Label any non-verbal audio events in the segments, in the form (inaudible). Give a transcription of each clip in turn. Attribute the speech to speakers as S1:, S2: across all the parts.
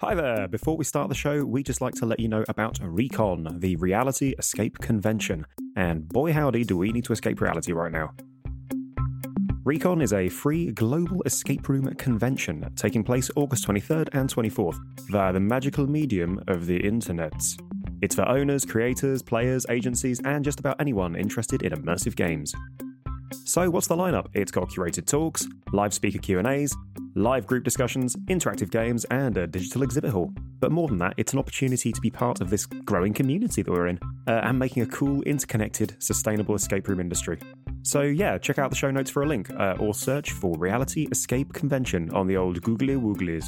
S1: Hi there. Before we start the show, we just like to let you know about Recon, the reality escape convention. And boy, howdy, do we need to escape reality right now. Recon is a free global escape room convention taking place August 23rd and 24th via the magical medium of the internet. It's for owners, creators, players, agencies, and just about anyone interested in immersive games. So what's the lineup? It's got curated talks, live speaker Q&As, live group discussions, interactive games, and a digital exhibit hall. But more than that, it's an opportunity to be part of this growing community that we're in uh, and making a cool, interconnected, sustainable escape room industry. So yeah, check out the show notes for a link uh, or search for Reality Escape Convention on the old Googly Wooglies.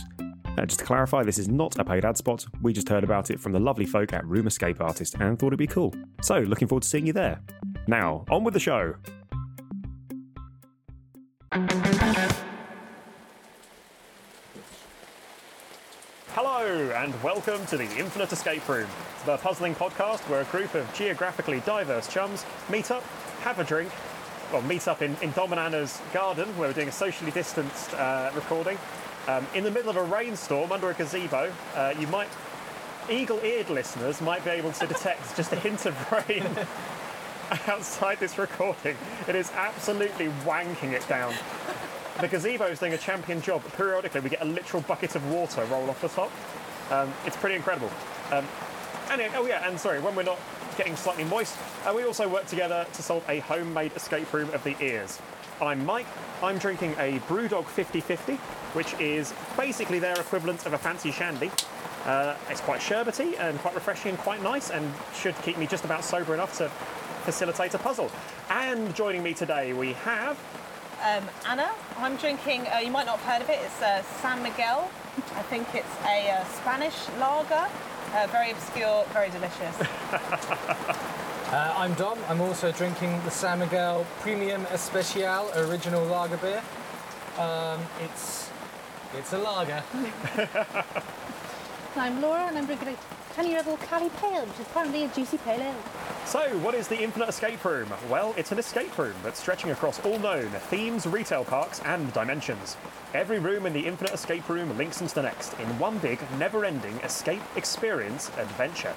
S1: Uh, just to clarify, this is not a paid ad spot. We just heard about it from the lovely folk at Room Escape Artist and thought it'd be cool. So, looking forward to seeing you there. Now, on with the show. Hello, and welcome to the Infinite Escape Room, the puzzling podcast where a group of geographically diverse chums meet up, have a drink, well, meet up in, in Dom and Anna's garden where we're doing a socially distanced uh, recording um, in the middle of a rainstorm under a gazebo. Uh, you might, eagle eared listeners, might be able to detect just a hint of (laughs) rain. Outside this recording, it is absolutely wanking it down. The gazebo is doing a champion job. Periodically, we get a literal bucket of water roll off the top. Um, it's pretty incredible. Um, anyway, oh yeah, and sorry, when we're not getting slightly moist, uh, we also work together to solve a homemade escape room of the ears. I'm Mike. I'm drinking a Brewdog 50/50, which is basically their equivalent of a fancy shandy. Uh, it's quite sherbety and quite refreshing and quite nice and should keep me just about sober enough to facilitate a puzzle. And joining me today, we have
S2: Um, Anna, I'm drinking, uh, you might not have heard of it, it's uh, San Miguel. I think it's a uh, Spanish lager. Uh, very obscure, very (laughs) delicious.
S3: Uh, I'm Dom. I'm also drinking the San Miguel Premium Especial Original Lager beer. Um, it's it's a lager.
S4: I'm Laura and I'm drinking a tiny little Cali Pale, which is apparently a juicy pale ale.
S1: So, what is the Infinite Escape Room? Well, it's an escape room that's stretching across all known themes, retail parks, and dimensions. Every room in the Infinite Escape Room links into the next in one big, never ending escape experience adventure.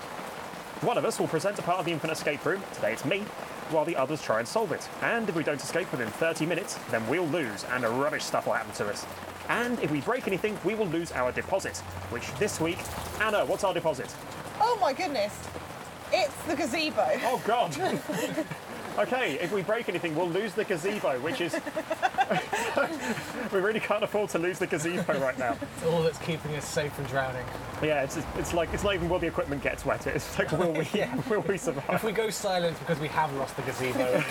S1: One of us will present a part of the Infinite Escape Room, today it's me, while the others try and solve it. And if we don't escape within 30 minutes, then we'll lose and rubbish stuff will happen to us. And if we break anything, we will lose our deposit, which this week, Anna, what's our deposit?
S2: oh my goodness, it's the gazebo.
S1: Oh God. (laughs) okay, if we break anything, we'll lose the gazebo, which is (laughs) we really can't afford to lose the gazebo right now.
S3: It's all that's keeping us safe from drowning.
S1: Yeah, it's it's like it's not even will the equipment gets wet. It's like will we
S3: Yeah.
S1: will we survive?
S3: If we go silent because we have lost the gazebo,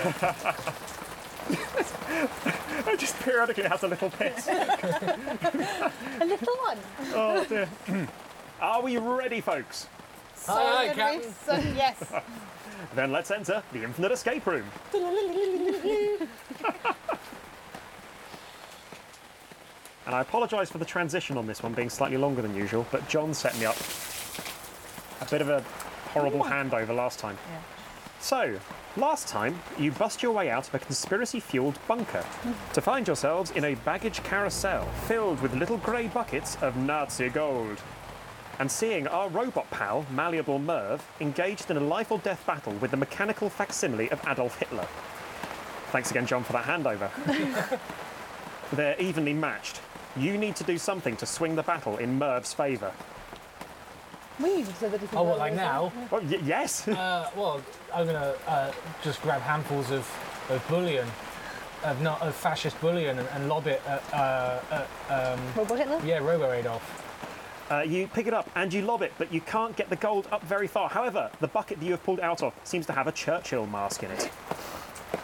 S1: I just periodically has a little piss.
S4: A little one.
S1: oh dear. Are we ready, folks?
S2: So
S3: Aye, aye,
S2: good
S3: Captain.
S2: news, so- (laughs) yes.
S1: Then let's enter the infinite escape room. And I apologise for the transition on this one being slightly longer than usual, but John set me up a bit of a horrible handover last time. So, last time, you bust your way out of a conspiracy fueled bunker to find yourselves in a baggage carousel filled with little grey buckets of Nazi gold. And seeing our robot pal, Malleable Merv, engaged in a life or death battle with the mechanical facsimile of Adolf Hitler. Thanks again, John, for that handover. They're evenly matched. You need to do something to swing the battle in Merv's favour.
S4: We even said that if you
S3: oh,
S4: roll
S3: what like
S4: over-
S3: now?
S1: Oh, y- yes! (laughs)
S3: Uh, well, I'm gonna uh, just grab handfuls of, of bullion, of not of fascist bullion, and, and lob it at uh,
S4: Robot Hitler?
S3: yeah, Robo Adolf.
S1: Uh, you pick it up and you lob it, but you can't get the gold up very far. However, the bucket that you have pulled out of seems to have a Churchill mask in it.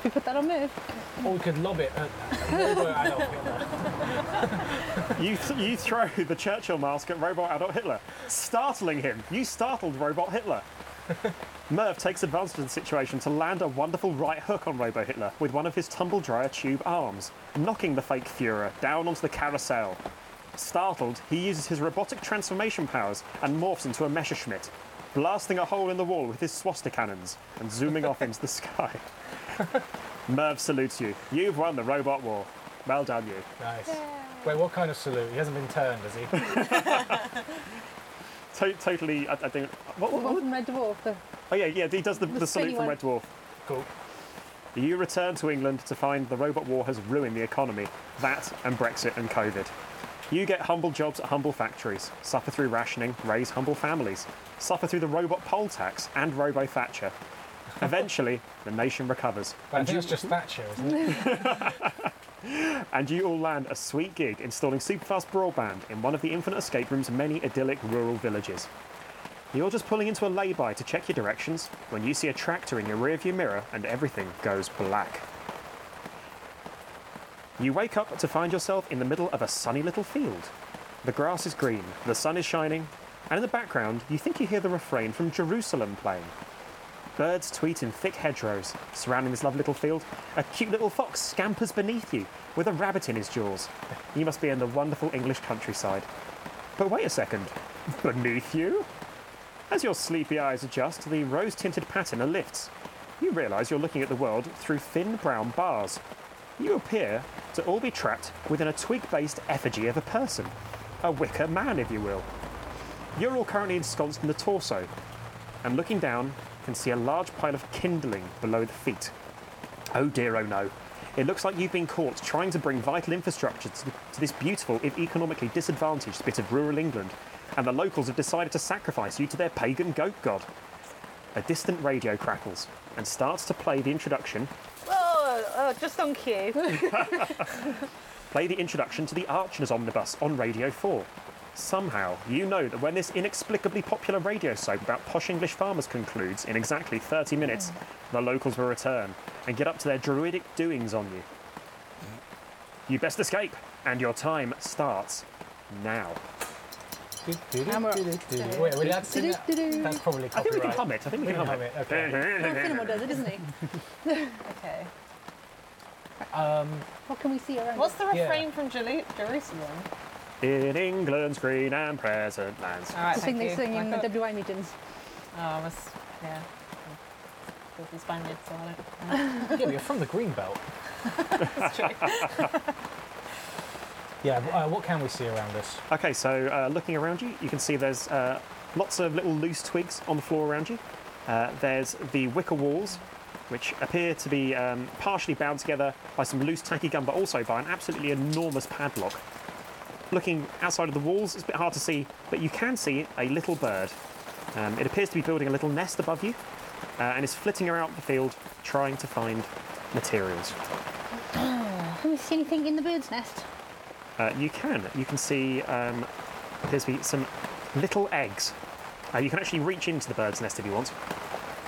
S4: We put that on move.
S3: Or we could lob it at Robo Adolf.
S1: You, th- you throw the Churchill mask at robot adult Hitler, startling him. You startled robot Hitler. (laughs) Merv takes advantage of the situation to land a wonderful right hook on Robo Hitler with one of his tumble dryer tube arms, knocking the fake Fuhrer down onto the carousel. Startled, he uses his robotic transformation powers and morphs into a Messerschmitt, blasting a hole in the wall with his swastika cannons and zooming off into the (laughs) sky. Merv salutes you. You've won the robot war. Well done, you.
S3: Nice. Wait, what kind of salute? He hasn't been turned, has he?
S1: to- totally. I, I think. What, what,
S4: The one
S1: what?
S4: from Red Dwarf, the
S1: Oh yeah, yeah. He does the, the,
S4: The
S1: salute
S4: spinny
S1: from
S4: one.
S1: Red Dwarf.
S3: Cool.
S1: You return to England to find the robot war has ruined the economy, that and Brexit and COVID. You get humble jobs at humble factories, suffer through rationing, raise humble families, suffer through the robot poll tax and Robo Thatcher. Eventually, the nation recovers,
S3: But I
S1: and
S3: think
S1: you,
S3: it's just Thatcher, isn't it?
S1: and you all land a sweet gig installing superfast broadband in one of the Infinite Escape Room's many idyllic rural villages. You're just pulling into a lay-by to check your directions when you see a tractor in your rearview mirror and everything goes black. You wake up to find yourself in the middle of a sunny little field. The grass is green, the sun is shining, and in the background you think you hear the refrain from Jerusalem playing. Birds tweet in thick hedgerows. Surrounding this lovely little field, a cute little fox scampers beneath you with a rabbit in his jaws. You must be in the wonderful English countryside. But wait a second. (laughs) Beneath you? As your sleepy eyes adjust, the rose tinted patina lifts. You realise you're looking at the world through thin brown bars. You appear to all be trapped within a twig based effigy of a person. A wicker man, if you will. You're all currently ensconced in the torso, and looking down, can see a large pile of kindling below the feet. Oh dear, oh no. It looks like you've been caught trying to bring vital infrastructure to, to this beautiful, if economically disadvantaged, bit of rural England, and the locals have decided to sacrifice you to their pagan goat god. A distant radio crackles and starts to play the introduction.
S2: Oh, oh, just on (laughs) cue.
S1: Play the introduction to the Archers Omnibus on Radio 4. Somehow, you know that when this inexplicably popular radio soap about posh English farmers concludes in exactly 30 minutes, the locals will return and get up to their druidic doings on you. You best escape, and your time starts now.
S4: And we're off.
S3: Wait, we have to sing that?
S4: Do-do-do-do.
S3: That's probably
S1: I think we can
S3: copyright.
S1: hum it. I think we can
S3: We can hum
S1: hum it.
S3: it, okay.
S4: Well, Finnemore does it, doesn't he?
S2: okay.
S4: What can we see around?
S2: What's the
S3: Yeah.
S2: refrain from Jelu- Jerusalem?
S1: (laughs) In England's green and present lands.
S2: All right,
S4: the thing
S2: thank
S4: they
S2: you.
S4: sing
S2: I
S4: in the
S2: thought-
S4: WI meetings?
S2: Oh, I was, yeah. Filthy Spaniards, so I (laughs) don't
S3: Yeah, but you're from the green belt.
S2: That's (laughs) true.
S3: Yeah, uh, what can we see around us?
S1: Okay, so uh, looking around you, you can see there's uh, lots of little loose twigs on the floor around you. Uh, there's the wicker walls, which appear to be um, partially bound together by some loose tacky gum, but also by an absolutely enormous padlock. Looking outside of the walls, it's a bit hard to see, but you can see a little bird. Um, it appears to be building a little nest above you uh, and is flitting around the field trying to find materials.
S4: Can we see anything in the bird's nest?
S1: Uh, you can. You can see um, appears to be some little eggs. Uh, you can actually reach into the bird's nest if you want,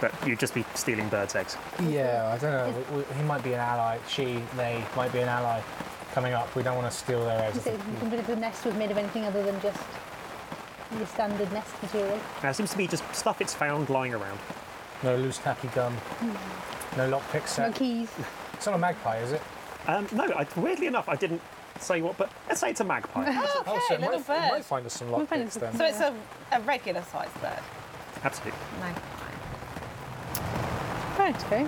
S1: but you'd just be stealing birds' eggs.
S3: Yeah, I don't know. We, we, he might be an ally. She, they might be an ally coming up. We don't want to steal their eggs.
S4: Is it, if the nest was made of anything other than just your standard nest material?
S1: Uh, it seems to be just stuff it's found lying around.
S3: No loose tacky gum. No lockpick
S4: No
S3: set.
S4: keys.
S3: It's not a magpie, is it?
S1: Um, no, I, weirdly enough, I didn't say what, but let's say it's a magpie.
S2: okay,
S3: oh, so it
S2: little
S3: might, it might
S2: bird.
S3: find us some
S4: We'll find
S3: lockpicks
S4: us-
S3: then.
S2: So it's a, a regular sized bird.
S1: Absolutely.
S2: Nice.
S4: Right, okay.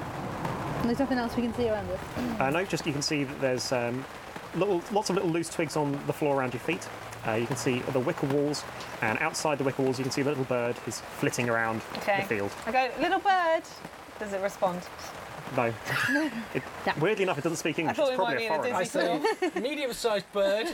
S4: And there's nothing else we can see around us.
S1: Uh, no, just you can see that there's um, little, lots of little loose twigs on the floor around your feet. Uh, you can see the wicker walls, and outside the wicker walls, you can see the little bird is flitting around
S2: Okay.
S1: the field.
S2: I go, little bird. Does it respond?
S1: No,
S2: (laughs)
S1: it,
S4: No.
S1: weirdly enough, it doesn't speak English.
S2: thought
S1: it's
S2: we might
S1: probably
S2: be in a
S1: foreign.
S2: Disney
S3: I say medium-sized
S5: (laughs)
S3: bird.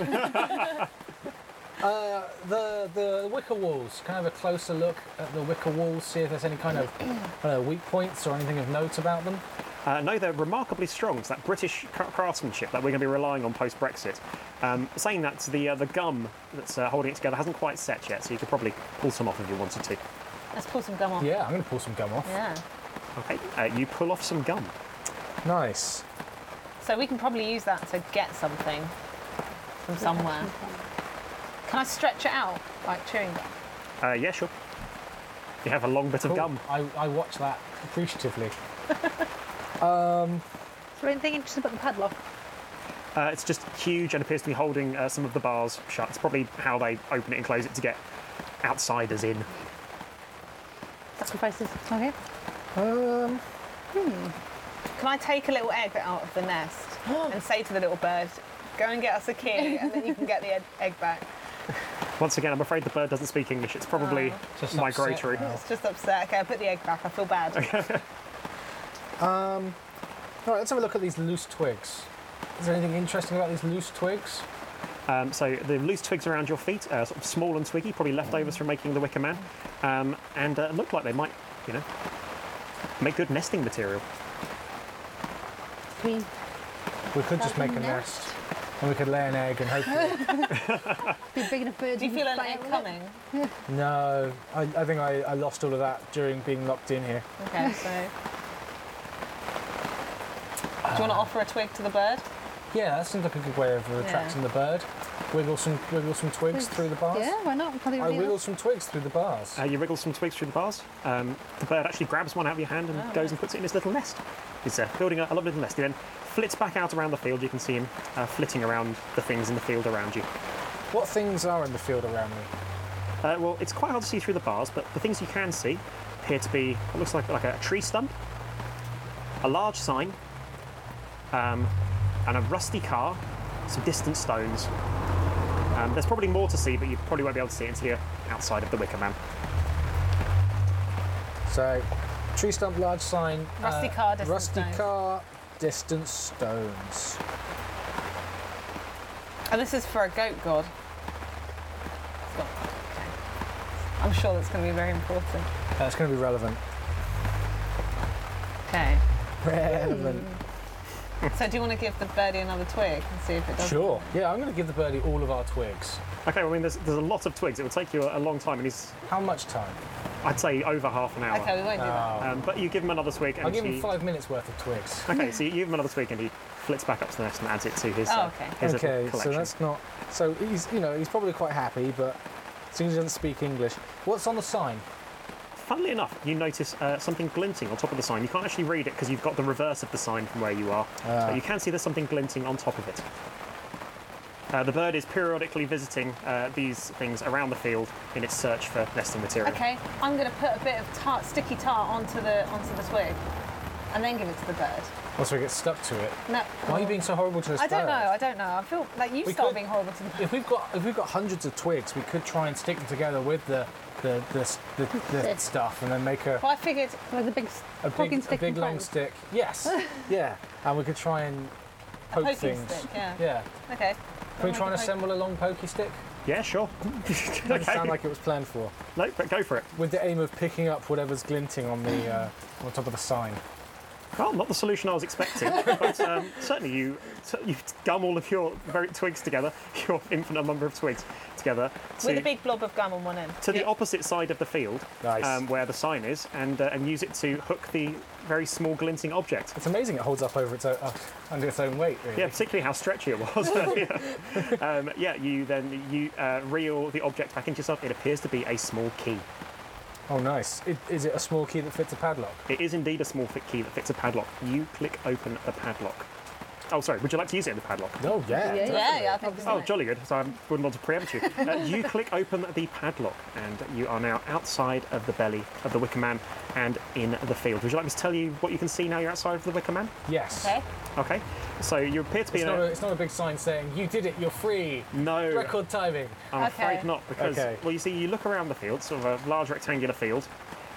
S3: uh, the the wicker walls. Can I have a closer look at the wicker walls? See if there's any kind of I don't know, weak points or anything of note about them.
S1: Uh, no, they're remarkably strong. It's that British cra- craftsmanship that we're going to be relying on post Brexit. Um, saying that, the uh, the gum that's uh, holding it together hasn't quite set yet, so you could probably pull some off if you wanted to.
S2: Let's pull some gum off.
S3: Yeah, I'm going to pull some gum off.
S2: Yeah.
S1: Okay, uh, you pull off some gum.
S3: Nice.
S2: So we can probably use that to get something from somewhere. Can I stretch it out like chewing gum?
S1: Uh, yeah, sure. You have a long bit
S3: Cool.
S1: of gum.
S3: I, I watch that appreciatively.
S4: Is there anything interesting about the padlock?
S1: Uh, it's just huge and appears to be holding uh, some of the bars shut. It's probably how they open it and close it to get outsiders in.
S4: Sacrifices. Okay.
S3: Um,
S2: Can I take a little egg out of
S1: (gasps)
S2: the nest
S1: Oh.
S2: and say to the little bird, go and get us a key and then you can get the ed- egg back?
S1: Once again, I'm afraid the bird doesn't speak English. It's
S2: Oh.
S1: probably
S5: Just upset
S1: migratory.
S5: now.
S2: It's just upset. Okay, I put the egg back. I feel bad.
S5: All right, let's have a look at these loose twigs. Is there anything interesting about these loose twigs?
S1: Um, so the loose twigs around your feet, uh, sort of small and twiggy, probably leftovers from making the wicker man, um, and uh, look like they might, you know, make good nesting material.
S4: Three.
S5: We could just
S4: Like
S5: make
S4: a
S5: a nest. and we could lay an egg and hopefully.
S4: Be big enough birds.
S2: Do you
S4: can
S2: feel an
S4: fly
S2: egg
S4: out with it.
S2: coming?
S5: no, I, I think I, I lost all of that during being locked in here.
S2: Okay, so.
S1: (laughs)
S2: Do you want to offer a twig to the bird?
S5: Yeah, that seems like a good way of attracting the bird. Wiggle some wiggle some twigs through the bars.
S4: Yeah, why not? I think
S5: I
S4: it'd be
S5: wiggle
S4: nice.
S5: some twigs through the bars.
S1: Uh, you wriggle some twigs through the bars. Um, the bird actually grabs one out of your hand and goes and puts it in his little nest. He's uh, building a, a lovely little nest. He then flits back out around the field. You can see him uh, flitting around the things in the field around you.
S5: What things are in the field around me?
S1: Uh, well, it's quite hard to see through the bars, but the things you can see appear to be what looks like like a tree stump, a large sign, um, and a rusty car, some distant stones. Um, there's probably more to see, but you probably won't be able to see it until you're outside of the Wicker Man.
S5: So, tree stump, large sign. uh,
S2: Rusty car, distant
S5: Rusty
S2: stones.
S5: car, distant stones.
S2: And this is for a goat god. It's not- I'm sure that's going to be very important.
S5: That's going to be relevant.
S2: Okay.
S5: Relevant.
S2: So do you want to give the birdie another twig and see if it does?
S5: Sure. Yeah, I'm going to give the birdie all of our twigs.
S1: Okay, well, I mean, there's, there's a lot of twigs. It would take you a, a long time, and he's,
S5: How much time?
S1: I'd say, over half an hour.
S2: Okay, we won't do that.
S1: Um, but you give him another twig, and
S5: I'll give
S1: he,
S5: him five minutes worth of twigs.
S1: Okay, so you give him another twig, and he flits back up to the nest and adds it to his.
S2: Oh,
S1: uh,
S2: okay.
S1: his little
S5: okay, so
S1: collection.
S5: that's not. So he's, you know, he's probably quite happy, but as soon as he doesn't speak English, what's on the sign?
S1: Funnily enough, you notice uh, something glinting on top of the sign. You can't actually read it because you've got the reverse of the sign from where you are.
S5: Ah.
S1: But you can see there's something glinting on top of it. Uh, the bird is periodically visiting uh, these things around the field in its search for nesting material.
S2: Okay, I'm going to put a bit of tar, sticky tar onto the onto the twig, and then give it to the bird.
S5: Well, so he gets stuck to it.
S2: No.
S5: Why are you being so horrible to this
S2: I don't
S5: bird?
S2: know. I don't know. I feel like you
S5: We
S2: start
S5: could-
S2: being horrible to the bird.
S5: If we've got if we've got hundreds of twigs, we could try and stick them together with the the the, s- the, the
S4: Stick.
S5: stuff, and then make a
S2: Well, I figured
S4: Like the big
S5: a
S4: fucking
S5: big, a
S4: stick
S5: big
S4: in
S5: long
S4: front.
S5: stick.
S2: (laughs)
S5: Yes. yeah. And we could try and poke
S2: poking
S5: things.
S2: stick, yeah.
S5: Yeah.
S2: Okay.
S5: Can we try and assemble a long pokey stick?
S1: Yeah, sure. (laughs)
S5: Doesn't
S1: okay.
S5: sound like it was planned for.
S1: No, but go for it.
S5: With the aim of picking up whatever's glinting on the uh, on top of the sign.
S1: Well, not the solution I was expecting, (laughs) but um, certainly you so you gum all of your very twigs together, (laughs) your infinite number of twigs together. To,
S2: With a big blob of gum on one end.
S1: to the opposite side of the field, um,
S5: Nice.
S1: where the sign is, and uh, and use it to hook the very small glinting object.
S5: It's amazing it holds up over its own uh, under its own weight. Really.
S1: Yeah, particularly how stretchy it was. (laughs) earlier. um, yeah, you then you uh, reel the object back into yourself. It appears to be a small key.
S5: Oh, nice. It, is it a small key that fits a padlock?
S1: It is indeed a small fit key that fits a padlock. You click open the padlock. Oh, sorry. Would you like to use it in the padlock?
S5: Oh yeah.
S4: Yeah,
S2: Yeah, yeah, I think
S1: Oh, jolly good. So I wouldn't want to preempt you. Uh, you (laughs) click open the padlock, and you are now outside of the belly of the Wicker Man and in the field. Would you like me to tell you what you can see now you're outside of the Wicker Man?
S5: Yes.
S2: Okay.
S1: Okay. So you appear to be
S5: It's
S1: in
S5: not,
S1: a.
S5: a, it's not a big sign saying you did it. You're free.
S1: no.
S5: Record timing.
S1: I'm
S2: Okay.
S1: afraid not, because
S5: Okay.
S1: well, you see, you look around the field, sort of a large rectangular field.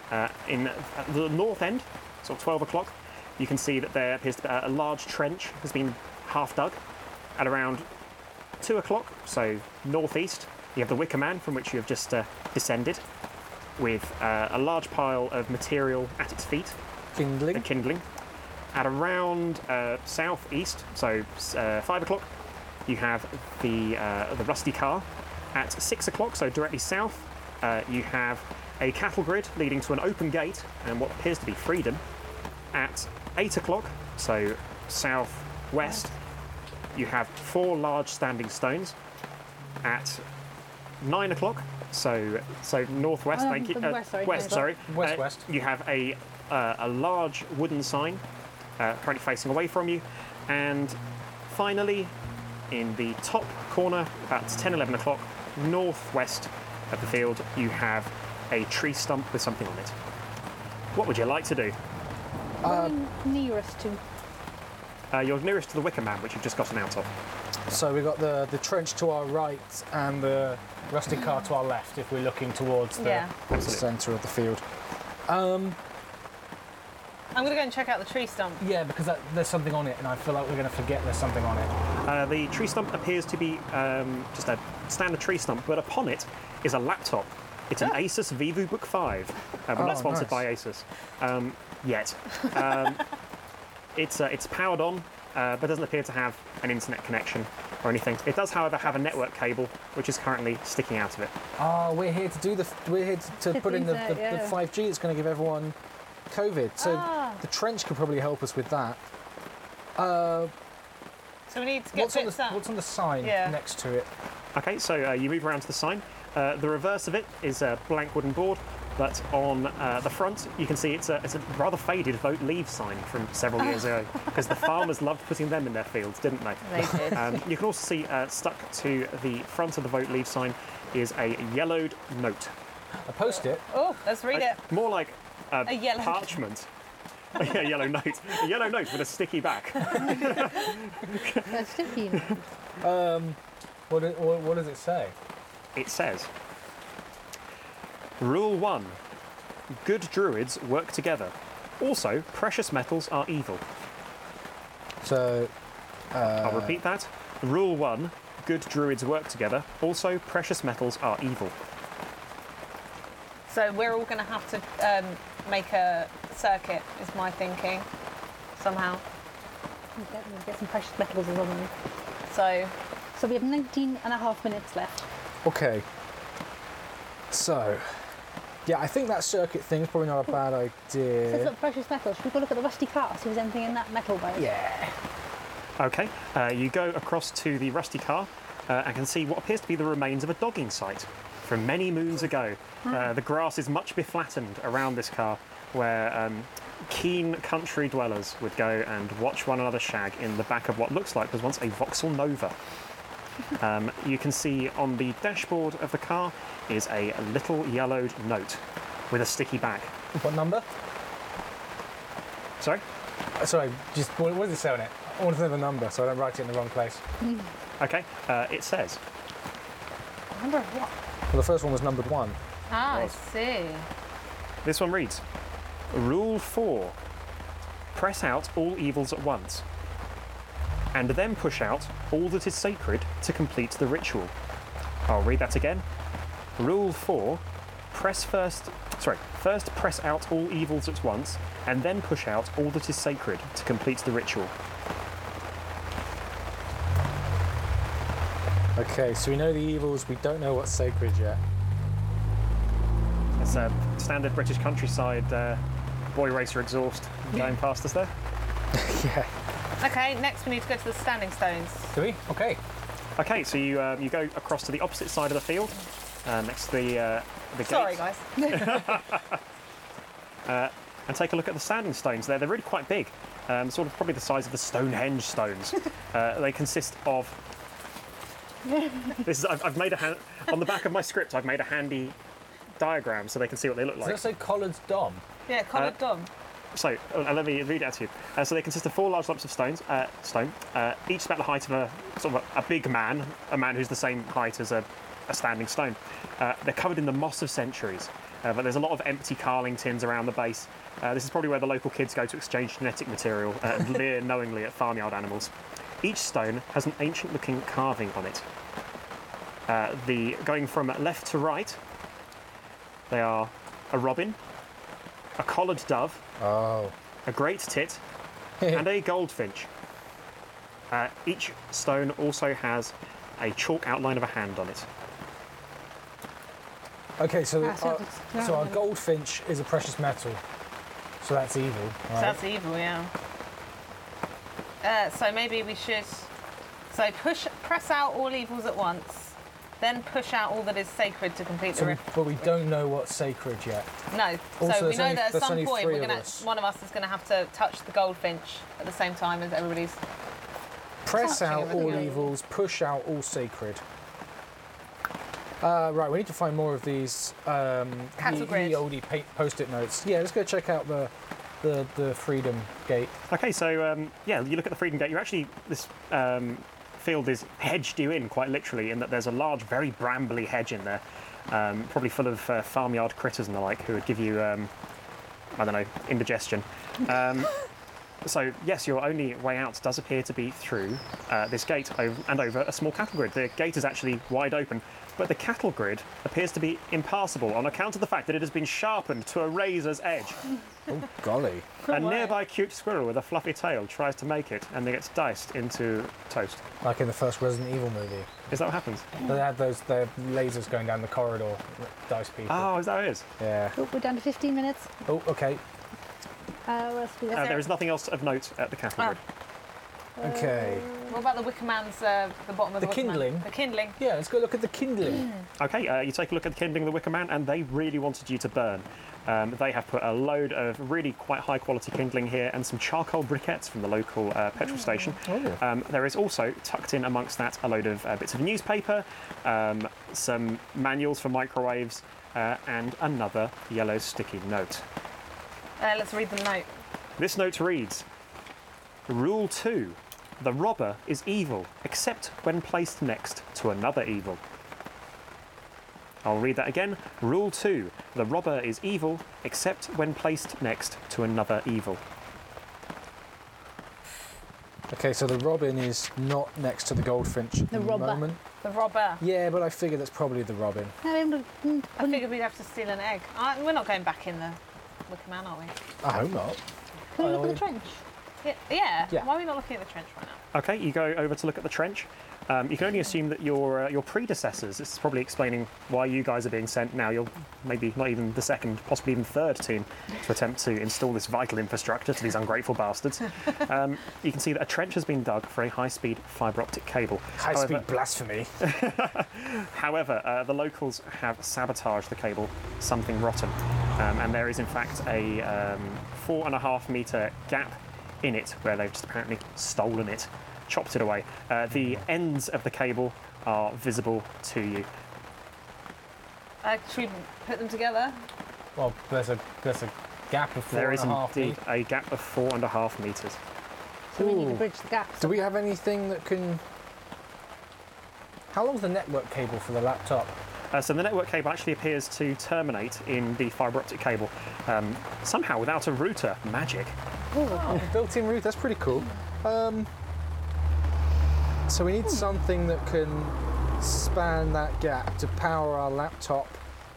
S1: Uh, in at the north end, sort of 12 o'clock, you can see that there appears to be uh, a a large trench has been half dug. At around two o'clock, so northeast, you have the Wicker Man from which you have just uh, descended, with uh, a large pile of material at its feet
S5: Kindling.
S1: the kindling. At around uh, southeast, so uh, five o'clock, you have the uh, the rusty car. At six o'clock, so directly south, uh, you have a cattle grid leading to an open gate and what appears to be freedom. At eight o'clock, so southwest, you have four large standing stones. At nine o'clock, so so northwest.
S4: Oh,
S1: thank you. uh,
S4: west, sorry,
S1: Um, west, sorry.
S4: west.
S5: West,
S1: Uh,
S5: west.
S1: You have a uh, a large wooden sign uh, currently facing away from you, and finally, in the top corner, about 10, 11 o'clock, northwest of the field, you have a tree stump with something on it. What would you like to do?
S4: Nearest to.
S1: Uh, you're nearest to the Wicker Man, which you've just gotten out of.
S5: So we've got the, the trench to our right and the rustic car to our left if we're looking towards the
S2: Yeah.
S5: centre of the field.
S2: I'm going to go and check out the tree stump.
S5: Yeah, because that, there's something on it, and I feel like we're going to forget there's something on it.
S1: Uh, the tree stump appears to be um, just a standard tree stump, but upon it is a laptop. It's an Asus Vivu Book 5. Um,
S5: Ah. Oh,
S1: not sponsored by
S5: nice.
S1: Asus um, yet.
S5: (laughs)
S1: Um, it's, uh, it's powered on, uh, but doesn't appear to have an internet connection or anything. It does, however, have a network cable, which is currently sticking out of it.
S5: Ah, we're here to do the we're here to, to
S4: To
S5: put in the,
S4: do
S5: the,
S4: that, yeah.
S5: the 5G. It's going to give everyone COVID. So
S2: Ah.
S5: the trench could probably help us with that.
S2: So we need to get
S5: What's on,
S2: bits
S5: the,
S2: up.
S5: what's on the sign
S2: Yeah.
S5: next to it?
S1: Okay, so uh, you move around to the sign. Uh, the reverse of it is a blank wooden board, but on uh, the front you can see it's a, it's a rather faded vote leave sign from several years ago because the farmers loved putting them in their fields, didn't they?
S2: They did.
S1: Um, you can also see uh, stuck to the front of the vote leave sign is a yellowed note.
S5: A post-it.
S2: oh, let's read it.
S1: More like a,
S2: A yellow-
S1: parchment. (laughs) yeah, yellow note. A yellow note with a sticky back.
S4: That's
S5: (laughs)
S4: sticky. isn't it?
S5: What, do- what, what does it say?
S1: It says Rule 1 Good druids work together. Also, precious metals are evil.
S5: So
S1: I'll repeat that. Rule 1 Good druids work together. Also, precious metals are evil.
S2: So we're all going to have to um, make a circuit, is my thinking, somehow.
S4: We'll Get we'll get some precious metals as well. won't we?
S2: So
S4: So we have 19 and a half minutes left.
S5: okay. So yeah, I think that circuit thing's probably not a bad
S4: Let's
S5: idea.
S4: look precious metals. Should we go look at the rusty car, see if there's anything in that metal bag?
S5: Yeah.
S1: Okay, uh, you go across to the rusty car uh, and can see what appears to be the remains of a dogging site from many moons ago. Uh, the grass is much beflattened around this car, where um, keen country dwellers would go and watch one another shag in the back of what looks like was once a Vauxhall Nova. Um, you can see on the dashboard of the car is a little yellowed note with a sticky back.
S5: What number?
S1: Sorry?
S5: Uh, Sorry, just what, what does it say on it? I want to know the number so I don't write it in the wrong place.
S1: Okay, uh, it says
S4: Number of what?
S5: Well, the first one was numbered one.
S2: ah, I see.
S1: This one reads Rule 4 Press out all evils at once, and then push out all that is sacred to complete the ritual. I'll read that again. Rule 4 Press first, sorry, first press out all evils at once, and then push out all that is sacred to complete the ritual.
S5: Okay, so we know the evils, we don't know what's sacred yet. (laughs)
S1: It's a standard British countryside uh, boy racer exhaust going past us there.
S5: Yeah.
S2: Okay, next we need to go to the standing stones.
S5: Do we? Okay.
S1: Okay, so you um, you go across to the opposite side of the field, uh, next to the uh, the gate,
S2: Sorry, guys.
S1: and take a look at the standing stones. There, they're really quite big, um, sort of probably the size of the Stonehenge
S2: (laughs)
S1: stones. uh, they consist of. this is I've, I've made a hand on the back of my script. I've made a handy diagram so they can see what they look
S5: Does
S1: like.
S5: that say Collard's Dom?
S2: Yeah, collared dom.
S1: So uh, let me read it out to you. Uh, so they consist of four large lumps of stones, uh, stone, uh, each about the height of a sort of a, a big man, a man who's the same height as a, a standing stone. Uh, they're covered in the moss of centuries, uh, but there's a lot of empty carling tins around the base. Uh, this is probably where the local kids go to exchange genetic material uh, and leer knowingly at farmyard animals. Each stone has an ancient-looking carving on it. Uh, the going from left to right, they are a robin, a collared dove,
S5: Oh. (laughs)
S1: a great tit, and a goldfinch. Uh, each stone also has a chalk outline of a hand on it.
S5: okay, so,
S4: Ah, so
S5: our,
S4: it's- no,
S5: so our
S4: no.
S5: goldfinch is a precious metal. So that's evil.
S2: So
S5: Right?
S2: that's evil, yeah. Uh, so maybe we should. So push, press out all evils at once, then push out all that is sacred to complete the
S5: So we,
S2: ritual.
S5: but we don't know what's sacred yet.
S2: No.
S5: Also,
S2: so we
S5: there's
S2: know
S5: only-
S2: that at
S5: there's
S2: some
S5: only
S2: point
S5: three
S2: we're
S5: of
S2: gonna
S5: us.
S2: one of us is gonna have to touch the goldfinch at the same time as everybody's
S5: Press
S2: Touching
S5: out all
S2: everything.
S5: evils, push out all sacred. Uh, right, we need to find more of these um,
S2: Cattle
S5: ye-
S2: grid.
S5: ye olde pa- post-it notes. Yeah, let's go check out the the, the freedom gate.
S1: Okay, so um, yeah, you look at the Freedom Gate. You're actually this um, field is hedged you in quite literally, in that there's a large, very brambly hedge in there, um, probably full of uh, farmyard critters and the like, who would give you, um, I don't know, indigestion. Um, (laughs) so yes, your only way out does appear to be through uh, this gate over and over a small cattle grid. The gate is actually wide open, but the cattle grid appears to be impassable on account of the fact that it has been sharpened to a razor's edge.
S5: Oh, golly.
S1: A
S2: Why?
S1: nearby cute squirrel with a fluffy tail tries to make it and then gets diced into toast.
S5: Like in the first Resident Evil movie.
S1: Is that what happens?
S5: They had those the lasers going down the corridor, dice people.
S1: Oh, is that what it is?
S5: Yeah.
S4: Oh, we're down to 15 minutes.
S5: Oh, okay.
S4: Uh, what else we got?
S1: Uh, there is nothing else of note at the cattle
S2: Ah.
S1: grid.
S5: Okay.
S2: What about the Wicker Man's, uh, the bottom of the,
S3: The
S2: Wicker Man?
S3: kindling?
S2: The kindling.
S3: Yeah, let's go look at the
S4: (clears throat)
S3: kindling.
S1: Okay, uh, you take a look at the Kindling of the Wicker Man, and they really wanted you to burn. Um, they have put a load of really quite high quality kindling here and some charcoal briquettes from the local uh, petrol station. Um, there is also tucked in amongst that a load of uh, bits of newspaper, um, some manuals for microwaves, uh, and another yellow sticky note.
S2: Uh, let's read the note.
S1: This note reads Rule 2 The robber is evil, except when placed next to another evil. I'll read that again. Rule 2 The robber is evil, except when placed next to another evil.
S5: Okay, so the robin is not next to the goldfinch at
S4: The
S5: the
S4: robber.
S5: moment.
S2: The robber.
S5: Yeah, but I figure that's probably the robin.
S4: No, I'm not- mm,
S2: I figured we'd have to steal an egg. Uh, we're not going back in the Wicker Man, are we?
S5: I hope not.
S4: can we look at
S5: Oh,
S4: the trench?
S2: Yeah. yeah.
S5: Yeah.
S2: Why are we not looking at the trench right now?
S1: Okay, you go over to look at the trench. Um, you can only assume that your uh, your predecessors. This is probably explaining why you guys are being sent now. You're maybe not even the second, possibly even third team to attempt to install this vital infrastructure to these ungrateful
S5: (laughs)
S1: bastards. Um, you can see that a trench has been dug for a high-speed fibre optic cable.
S5: High
S1: however,
S5: speed blasphemy.
S1: However, uh, the locals have sabotaged the cable, something rotten, um, and there is in fact a um, four and a half meter gap in it where they've just apparently stolen it, chopped it away. Uh, the ends of the cable are visible to you.
S2: Uh, should we put them together?
S3: (laughs) Well, there's a there's a gap of four
S1: There
S3: and
S1: is
S3: a half
S1: indeed
S3: feet.
S1: a gap of four and a half meters.
S4: So we need to
S5: Ooh.
S4: bridge the gaps.
S5: Do we have anything that can.
S3: How long's the network cable for the laptop?
S1: Uh, so the network cable actually appears to terminate in the fibre optic cable, um, somehow without a router. Magic.
S5: Built in route, that's pretty cool. Um, so we
S3: Hmm.
S5: need something that can span that gap to power our laptop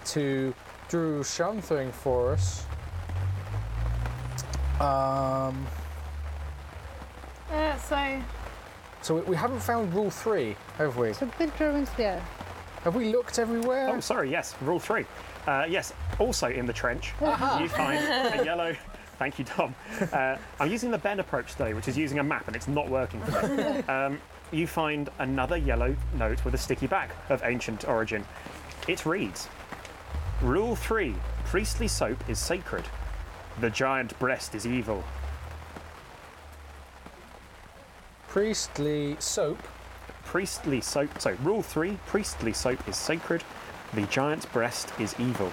S5: to do something for us. Um,
S2: Yeah. Uh, So
S5: So we- we haven't found rule three, have we?
S4: So big drawings there.
S5: Have we looked everywhere?
S1: Oh, sorry, yes, rule three. Uh, yes, also in the trench, you find a yellow. Thank you, Dom. Uh, I'm using the Ben approach today, which is using a map, and it's not working for me. Um, you find another yellow note with a sticky back of ancient origin. It reads Rule three priestly soap is sacred. The giant breast is evil.
S5: Priestly soap.
S1: Priestly soap. So, rule three priestly soap is sacred. The giant's breast is evil.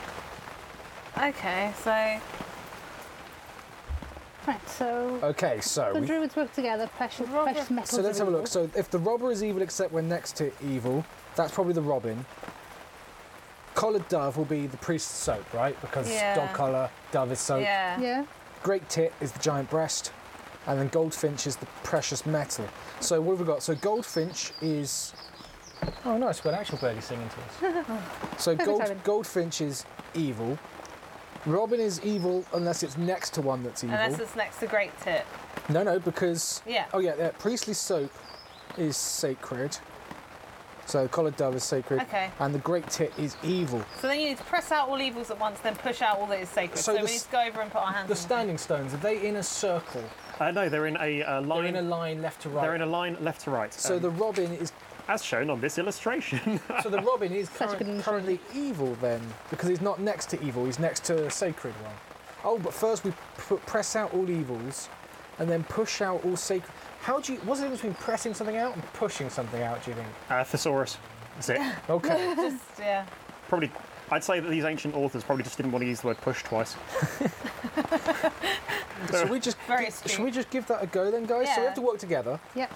S2: okay. So
S4: Right, so
S5: Okay, so
S4: the
S5: Oh, we-
S4: druids work together, precious,
S2: Robber.
S4: precious metals.
S5: so let's
S4: are
S5: have a look.
S4: evil.
S5: So if the robber is evil except when next to evil, that's probably the robin. Collared dove will be the priest's soap, right? Because
S2: Yeah.
S5: dog collar, dove is soap.
S2: yeah.
S4: yeah.
S5: Great tit is the giant breast, and then goldfinch is the precious metal. So what have we got? So goldfinch is
S3: Oh, nice. We've got an actual birdie singing to us.
S2: (laughs)
S5: So
S4: Perfect
S5: gold,
S4: timing.
S5: Goldfinch is evil. Robin is evil unless it's next to one that's evil.
S2: Unless it's next to Great Tit.
S5: No, no, because
S2: Yeah.
S5: Oh yeah, yeah, priestly soap is sacred. So collared dove is sacred.
S2: Okay.
S5: And the great tit is evil.
S2: So then you need to press out all evils at once, then push out all that is sacred.
S5: So
S2: So, we
S5: the
S2: need
S5: s-
S2: to go over and put our hands.
S3: the
S2: on
S3: standing stones are they in a circle?
S1: Uh, no, they're in a uh,
S3: They're
S1: line.
S3: in a line left to right.
S1: They're in a line left to right.
S5: So
S1: um,
S5: the robin is
S1: as shown on this illustration. (laughs)
S5: so the robin is
S4: (laughs) Such a
S5: current-
S4: good illusion.
S5: currently evil then because he's not next to evil, he's next to a sacred one. Oh, but first we p- press out all evils and then push out all sacred. How do you what's the difference between pressing something out and pushing something out, do you think?
S1: uh, thesaurus. That's it.
S5: Okay.
S2: Just, yeah.
S1: Probably, I'd say that these ancient authors probably just didn't want to use the word push twice.
S5: Should we just
S2: Very
S5: gi-
S2: astute.
S5: should we just give that a go then, guys? So we
S2: Yeah.
S5: have to work together.
S4: Yep.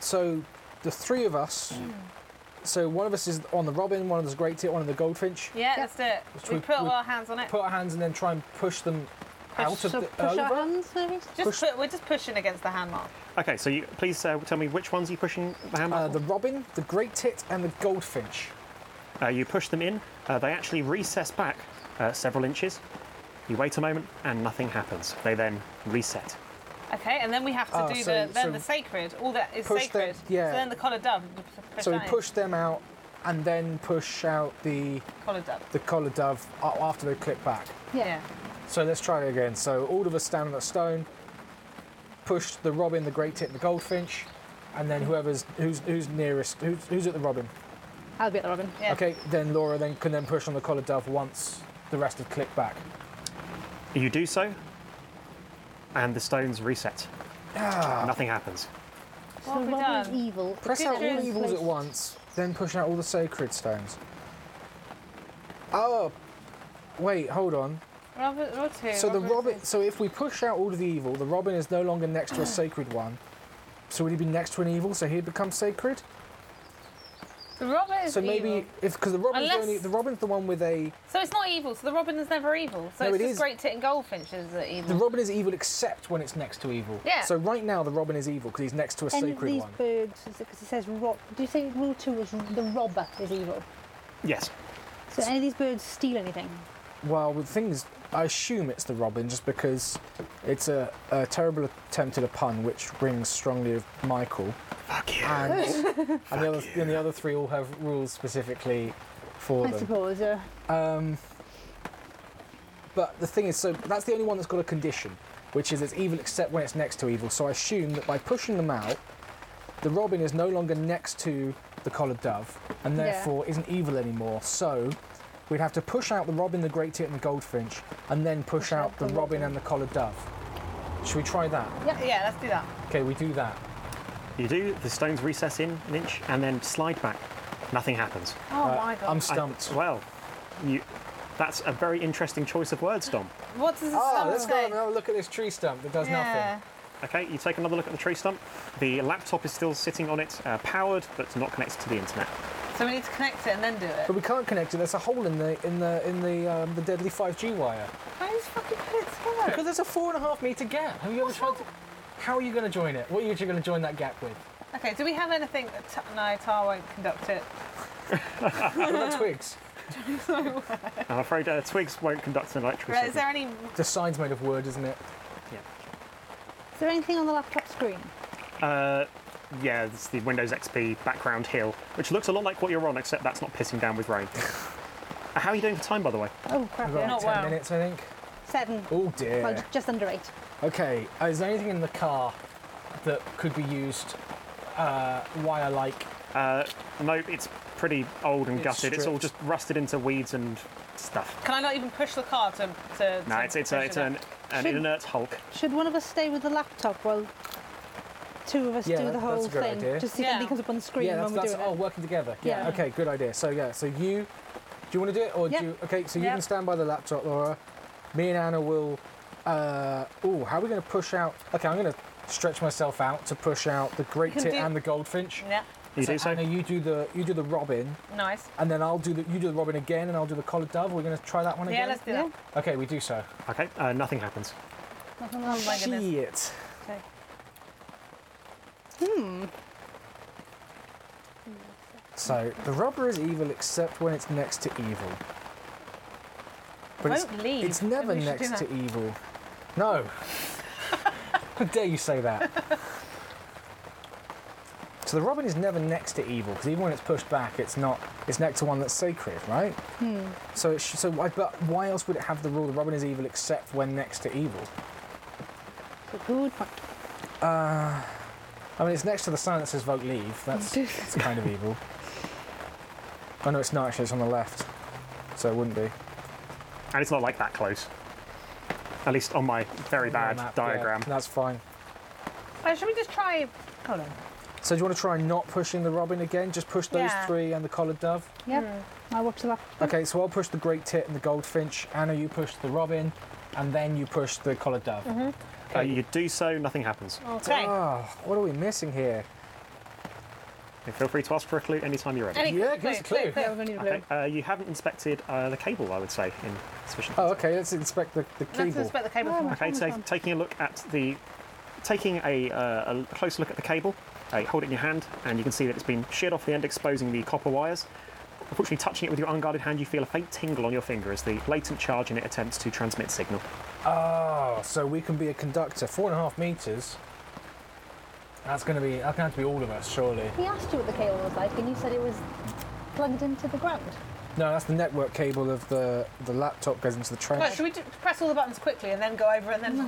S5: So the three of us.
S4: Mm.
S5: So one of us is on the robin, one of us is great tit, one of the goldfinch.
S2: Yeah, let's do it.
S5: Let's
S2: we put
S5: try-
S2: all
S5: we-
S2: our hands on it.
S5: Put our hands and then try and push them out of the oh,
S4: So push
S5: over.
S4: our hands, maybe?
S2: just
S5: push-
S2: put, we're just pushing against the hand mark.
S1: Okay, so you, please uh, tell me which ones you pushing the hand
S5: Uh,
S1: mark
S5: the
S1: on?
S5: robin, the great tit, and the goldfinch.
S1: Uh, you push them in. Uh, they actually recess back uh, several inches. You wait a moment, and nothing happens. They then reset.
S2: Okay, and then we have to
S5: Ah,
S2: do
S5: so-
S2: the then
S5: so
S2: the sacred. All that is
S5: push
S2: sacred.
S5: the- yeah.
S2: So then the collar dove. we p- Push
S5: So we
S2: that in.
S5: push them out and then push out the
S2: collar dove.
S5: the collar dove a- after they click back.
S2: Yeah.
S5: So let's try it again. So all of us stand on that stone, push the robin, the great tit, and the goldfinch, and then whoever's who's who's nearest, who's, who's at the robin.
S4: I'll be at the robin.
S2: Yeah.
S5: Okay, then Laura then can then push on the collar dove once the rest have clicked back.
S1: You do so, and the stones reset. Nothing happens.
S2: What
S4: So
S2: have we
S4: Robin's
S2: done?
S4: evil.
S5: Ah, Press
S4: It's
S5: out all
S4: in
S5: the evils
S4: place.
S5: at once, then push out all the sacred stones. Oh, wait, hold on.
S2: Robert, or two.
S5: So the
S2: Robert-
S5: robin. So if we push out all of the evil, the robin is no longer next to a sacred one. So would he be next to an evil? So he'd become sacred.
S2: The Robert is
S5: So maybe
S2: evil.
S5: if because the robin's the
S2: Unless-
S5: only the robin's the one with a
S2: So it's not evil. So the robin is never evil. So
S5: No,
S2: it's
S5: it
S2: just
S5: is.
S2: great tit and goldfinches that are
S5: the
S2: evil.
S5: robin is evil except when it's next to evil.
S2: Mm. Yeah.
S5: So right now the robin is evil because he's next to a
S4: Any of
S5: sacred
S4: these
S5: one.
S4: birds, because it says rob. Do you say rule two was the robber is evil?
S1: Yes.
S4: So any of these birds steal anything?
S5: Well, the thing is, I assume it's the robin just because it's a, a terrible attempt at a pun which rings strongly of Michael.
S1: Fuck you.
S2: (laughs)
S5: And, and, the other, and the other three all have rules specifically for
S4: I
S5: them.
S4: suppose. Uh,
S5: Um, but the thing is, so that's the only one that's got a condition, which is it's evil except when it's next to evil. So I assume that by pushing them out, the robin is no longer next to the collared dove and
S4: Yeah.
S5: therefore isn't evil anymore. So we'd have to push out the robin, the great tit, and the goldfinch, and then push, out, the robin, and the collared dove. Should we try that?
S2: Yeah, let's do that.
S5: Okay, we do that.
S1: You do. The stones recess in an inch, and then slide back. Nothing happens.
S2: Oh my god.
S5: Uh, I'm
S1: I-
S5: stumped.
S1: well, you. That's a very interesting choice of words, Dom.
S2: What does the
S5: Ah,
S2: stump
S5: let's go
S2: say?
S5: and have a look at this tree stump that does
S2: yeah.
S1: Okay, you take another look at the tree stump. The laptop is still sitting on it, uh, powered, but not connected to the internet.
S2: So we need to connect it and then do
S5: But
S2: it.
S5: we can't connect it. There's a hole in the in the in the um, the deadly 5G wire.
S2: Why just fucking put it together?
S5: Because there's a four and a half metre gap. Have you ever tried to? How are you going to join it? What are you going to join that gap with?
S2: Okay, do we have anything that t- no, Tar won't conduct it.
S5: What about twigs?
S1: I'm afraid uh, Twigs won't conduct an electrical
S2: Right, Is
S1: signal.
S2: there any
S5: The sign's made of wood, isn't it?
S4: is there anything on the laptop screen?
S1: Uh, Yeah, it's the Windows XP background hill, which looks a lot like what you're on, except that's not pissing down with
S5: (laughs)
S1: rain. Uh, How are you doing for time, by the way?
S4: Oh crap!
S5: We've got
S4: yeah.
S5: like
S2: Not
S5: ten
S2: well.
S5: minutes, I think.
S4: Seven.
S5: Oh
S4: Well,
S5: dear.
S4: ju- just under eight.
S5: Okay. uh, Is there anything in the car that could be used uh, wire-like?
S1: Nope, Uh, it's pretty old and
S5: It's
S1: gutted. It's all just
S5: stripped.
S1: rusted into weeds and stuff.
S2: Can I not even push the car to? to
S1: No,
S2: to
S1: it's it's, a,
S2: push
S1: it's
S2: it
S1: an, an
S4: Should-
S1: inert hulk.
S4: Should one of us stay with the laptop while two of us
S5: Yeah,
S4: do the
S5: that- that's
S4: whole
S5: a good
S4: thing?
S5: idea.
S4: Just see
S2: Yeah.
S4: if anything comes up on the screen
S5: yeah, that's,
S4: when we're
S5: that's
S4: doing
S5: oh,
S4: it.
S5: working together.
S4: Yeah.
S5: Okay, good idea. So yeah, so you, do you want to do it or
S4: Yeah.
S5: do you, okay? So you
S2: Yeah.
S5: can stand by the laptop, Laura. Me and Anna will. Uh, oh, how are we going to push out? Okay, I'm going to stretch myself out to push out the great
S2: can
S5: tit
S2: do-
S5: and the goldfinch.
S2: Yeah,
S1: You do so?
S5: Anna, you do the you do the robin,
S2: nice.
S5: and then I'll do the you do the robin again, and I'll do the collared dove. We're going to try that one
S2: Yeah,
S5: again.
S2: let's do
S4: Yeah.
S2: that.
S5: Okay, we do so.
S1: Okay, uh, nothing happens.
S4: Nothing
S2: Oh
S4: else.
S2: my goodness.
S5: Shit.
S2: Okay.
S5: So the robber is evil except when it's next to evil. But it's,
S2: Won't leave.
S5: it's
S2: Maybe
S5: never
S2: we should do
S5: next
S2: that.
S5: to evil. No. (laughs) How dare you say that? so the robin is never next to evil because even when it's pushed back, it's not. It's next to one that's sacred, right? So it sh- so why, but why else would it have the rule the robin is evil except when next to evil?
S4: It's a Good point.
S5: I mean, it's next to the sign that says vote leave. That's, that's kind of evil. Oh no, it's not actually, it's on the left. So it wouldn't be.
S1: And it's not like that close. At least on my very bad
S5: Map, yeah,
S1: diagram.
S5: that's fine.
S2: Oh, should we just try? Hold on.
S5: So do you want to try not pushing the robin again? Just push those
S2: Yeah.
S5: three and the collared dove?
S4: Yep. I watch the laptop.
S5: Okay, so I'll push the great tit and the goldfinch. Anna, you push the robin, and then you push the collared dove. Oh.
S1: Uh, you do so, nothing happens.
S2: Mm-hmm. Okay.
S5: Ah, what are we missing here?
S1: And feel free to ask for a clue anytime you're ready.
S2: Any
S5: Yeah,
S2: clue,
S5: give us a
S2: clue,
S5: clue.
S2: clue.
S4: Yeah, we're going to need a
S1: Okay,
S4: blue.
S1: uh, you haven't inspected uh, the cable, I would say, in sufficient.
S5: Oh,
S1: detail.
S5: okay. Let's inspect the, the
S2: Let's
S5: cable. Ah,
S2: inspect the cable.
S4: Oh,
S2: for
S4: my-
S1: Okay, so taking a look at the, taking a, uh, a closer look at the cable, uh, you hold it in your hand, and you can see that it's been sheared off the end, exposing the copper wires. Unfortunately, touching it with your unguarded hand, you feel a faint tingle on your finger as the latent charge in it attempts to transmit signal.
S5: Oh, so we can be a conductor. Four and a half meters.
S3: That's going to be, that's going to have to be all of us, surely.
S4: He asked you what the cable was like, and you said it was plugged into the ground.
S5: No, that's the network cable of the the laptop goes into the
S2: Right,
S5: trench.
S2: should we do, press all the buttons quickly and then go over and then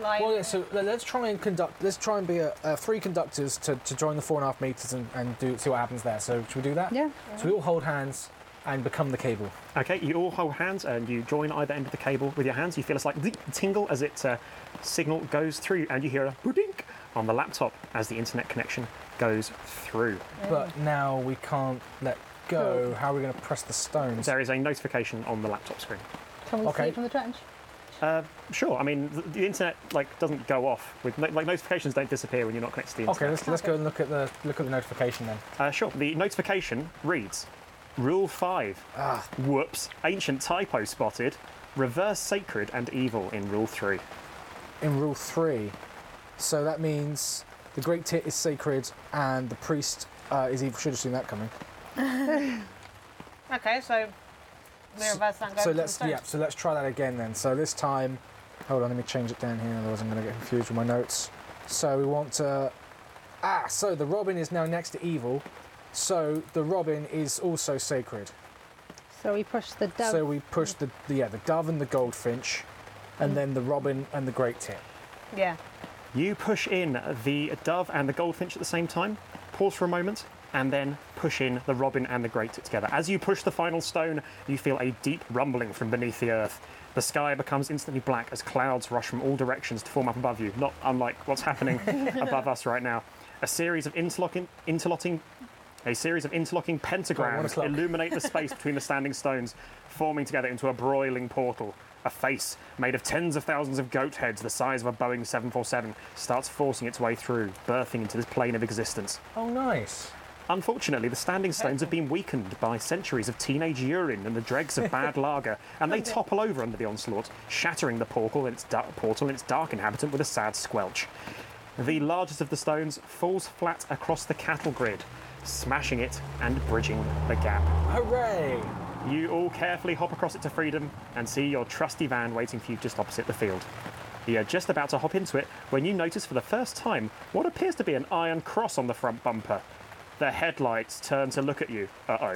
S2: line?
S5: Well, yeah. So le- let's try and conduct. Let's try and be a, uh three conductors to, to join the four and a half meters and, and do see what happens there. So should we do that?
S4: Yeah.
S5: So we all hold hands and become the cable.
S1: Okay, you all hold hands and you join either end of the cable with your hands. You feel a slight zing tingle as its uh, signal goes through, and you hear a boodink on the laptop as the internet connection goes through.
S5: But now we can't let go.
S4: Cool.
S5: How are we going to press the stones?
S1: There is a notification on the laptop screen.
S4: Can we see
S5: Okay.
S4: it from the trench?
S1: Sure, I mean the, the internet like doesn't go off with no, like notifications don't disappear when you're not connected to the internet.
S5: Okay, let's, let's go and look at the look at the notification then.
S1: Uh, sure, the notification reads: Rule five. Whoops! Ancient typo spotted. Reverse sacred and evil in Rule three.
S5: in rule three. So that means the great tit is sacred and the priest uh, is evil. Should have seen that coming.
S2: Okay, so we reverse that and go
S5: so
S2: to the
S5: let's
S2: stone.
S5: yeah. So let's try that again then. So this time, hold on. Let me change it down here. Otherwise, I'm going to get confused with my notes. So we want to. Ah, so the robin is now next to evil. So the robin is also sacred.
S4: So we push the dove.
S5: So we push the, the yeah the dove and the goldfinch, and then the robin and the great tit.
S2: Yeah.
S1: You push in the dove and the goldfinch at the same time, pause for a moment, and then push in the robin and the great tit together. As you push the final stone, you feel a deep rumbling from beneath the earth. The sky becomes instantly black as clouds rush from all directions to form up above you, not unlike what's happening above us right now. A series of interlocking, interlocking, a series of interlocking pentagrams
S5: o'clock.
S1: illuminate the space between the standing stones, forming together into a broiling portal. A face made of tens of thousands of goat heads, the size of a Boeing 747, starts forcing its way through, birthing into this plane of existence.
S5: Oh, nice.
S1: Unfortunately, the standing stones have been weakened by centuries of teenage urine and the dregs of bad lager, and they topple over under the onslaught, shattering the portal and its, da- portal and its dark inhabitant with a sad squelch. The largest of the stones falls flat across the cattle grid, smashing it and bridging the gap.
S5: Hooray!
S1: You all carefully hop across it to freedom and see your trusty van waiting for you just opposite the field. You're just about to hop into it when you notice for the first time what appears to be an iron cross on the front bumper. The headlights turn to look at you. Uh oh.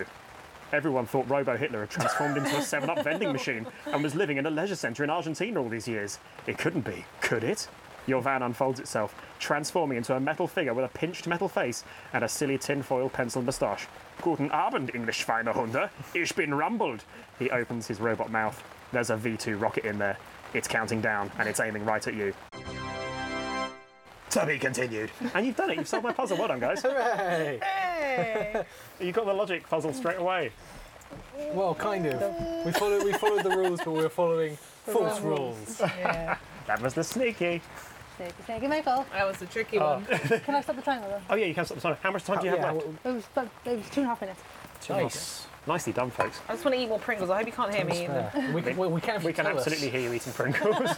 S1: Everyone thought Robo Hitler had transformed into a 7 Up vending machine and was living in a leisure centre in Argentina all these years. It couldn't be, could it? Your van unfolds itself, transforming into a metal figure with a pinched metal face and a silly tinfoil pencil moustache. Guten Abend, English Schweinehunde. Ich bin rumbled. He opens his robot mouth. There's a V2 rocket in there. It's counting down and it's aiming right at you. To be continued. And you've done it. You've solved my puzzle. Well done, (laughs) guys.
S5: Hooray! (laughs)
S2: Hey.
S1: You got the logic puzzle straight away.
S5: Well, kind of.
S3: We followed, we followed the rules, but we were following false rules.
S2: yeah.
S1: That was the sneaky.
S4: Snake, snake, Michael.
S2: That was a tricky
S5: Ah.
S2: one.
S4: Can I stop the triangle though?
S1: Oh yeah, you can stop the timer. How much time do you have
S5: Yeah,
S1: left?
S5: well,
S4: It was, about- it was two and a half minutes.
S5: nice.
S1: Nicely done, folks.
S2: I just want to eat more Pringles. I hope you can't hear me. eating them.
S5: Yeah. We, can- well, we can, if
S1: We
S5: you
S1: can
S5: tell us.
S1: absolutely hear you eating Pringles.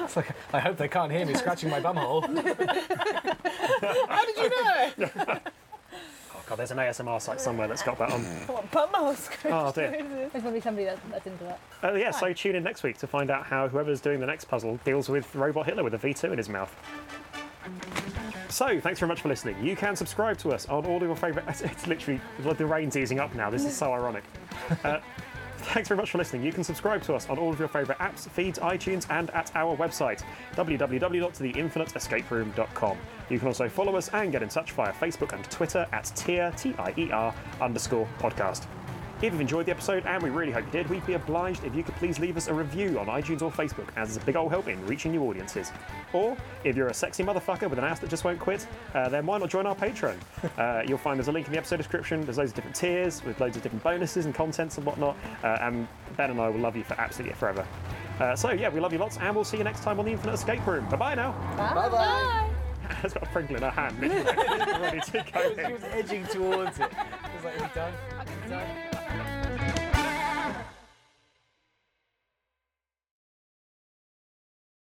S5: It's like, I hope they can't hear me scratching my bumhole.
S2: How did you know?
S5: (laughs)
S1: (laughs) oh god, there's an ASMR site somewhere that's got that on.
S2: what bumholes?
S1: Oh
S2: (laughs)
S1: dear.
S4: There's going to be somebody that's, that's into that.
S1: Uh, yeah, so tune in next week to find out how whoever's doing the next puzzle deals with Robot Hitler with a V2 in his mouth. So, thanks very much for listening. You can subscribe to us on all of your favourite. (laughs) It's, it's literally like the rain's easing up now. This is so ironic. Uh, thanks very much for listening. You can subscribe to us on all of your favourite apps, feeds, iTunes, and at our website www.theinfiniteescaperoom.com. You can also follow us and get in touch via Facebook and Twitter at tier t i e r underscore podcast. If you've enjoyed the episode, and we really hope you did, we'd be obliged if you could please leave us a review on iTunes or Facebook, as it's a big old help in reaching new audiences. Or, if you're a sexy motherfucker with an ass that just won't quit, uh, then why not join our Patreon? Uh, you'll find there's a link in the episode description, there's loads of different tiers with loads of different bonuses and contents and whatnot, uh, and Ben and I will love you for absolutely forever. Uh, so, yeah, we love you lots, and we'll see you next time on the Infinite Escape Room. Bye bye now. (laughs)
S5: Bye bye.
S1: Hey, Anna's got a Pringle in her hand, literally, (laughs) ready to go in.
S5: She was edging towards it. It was like, are we done? Are we done?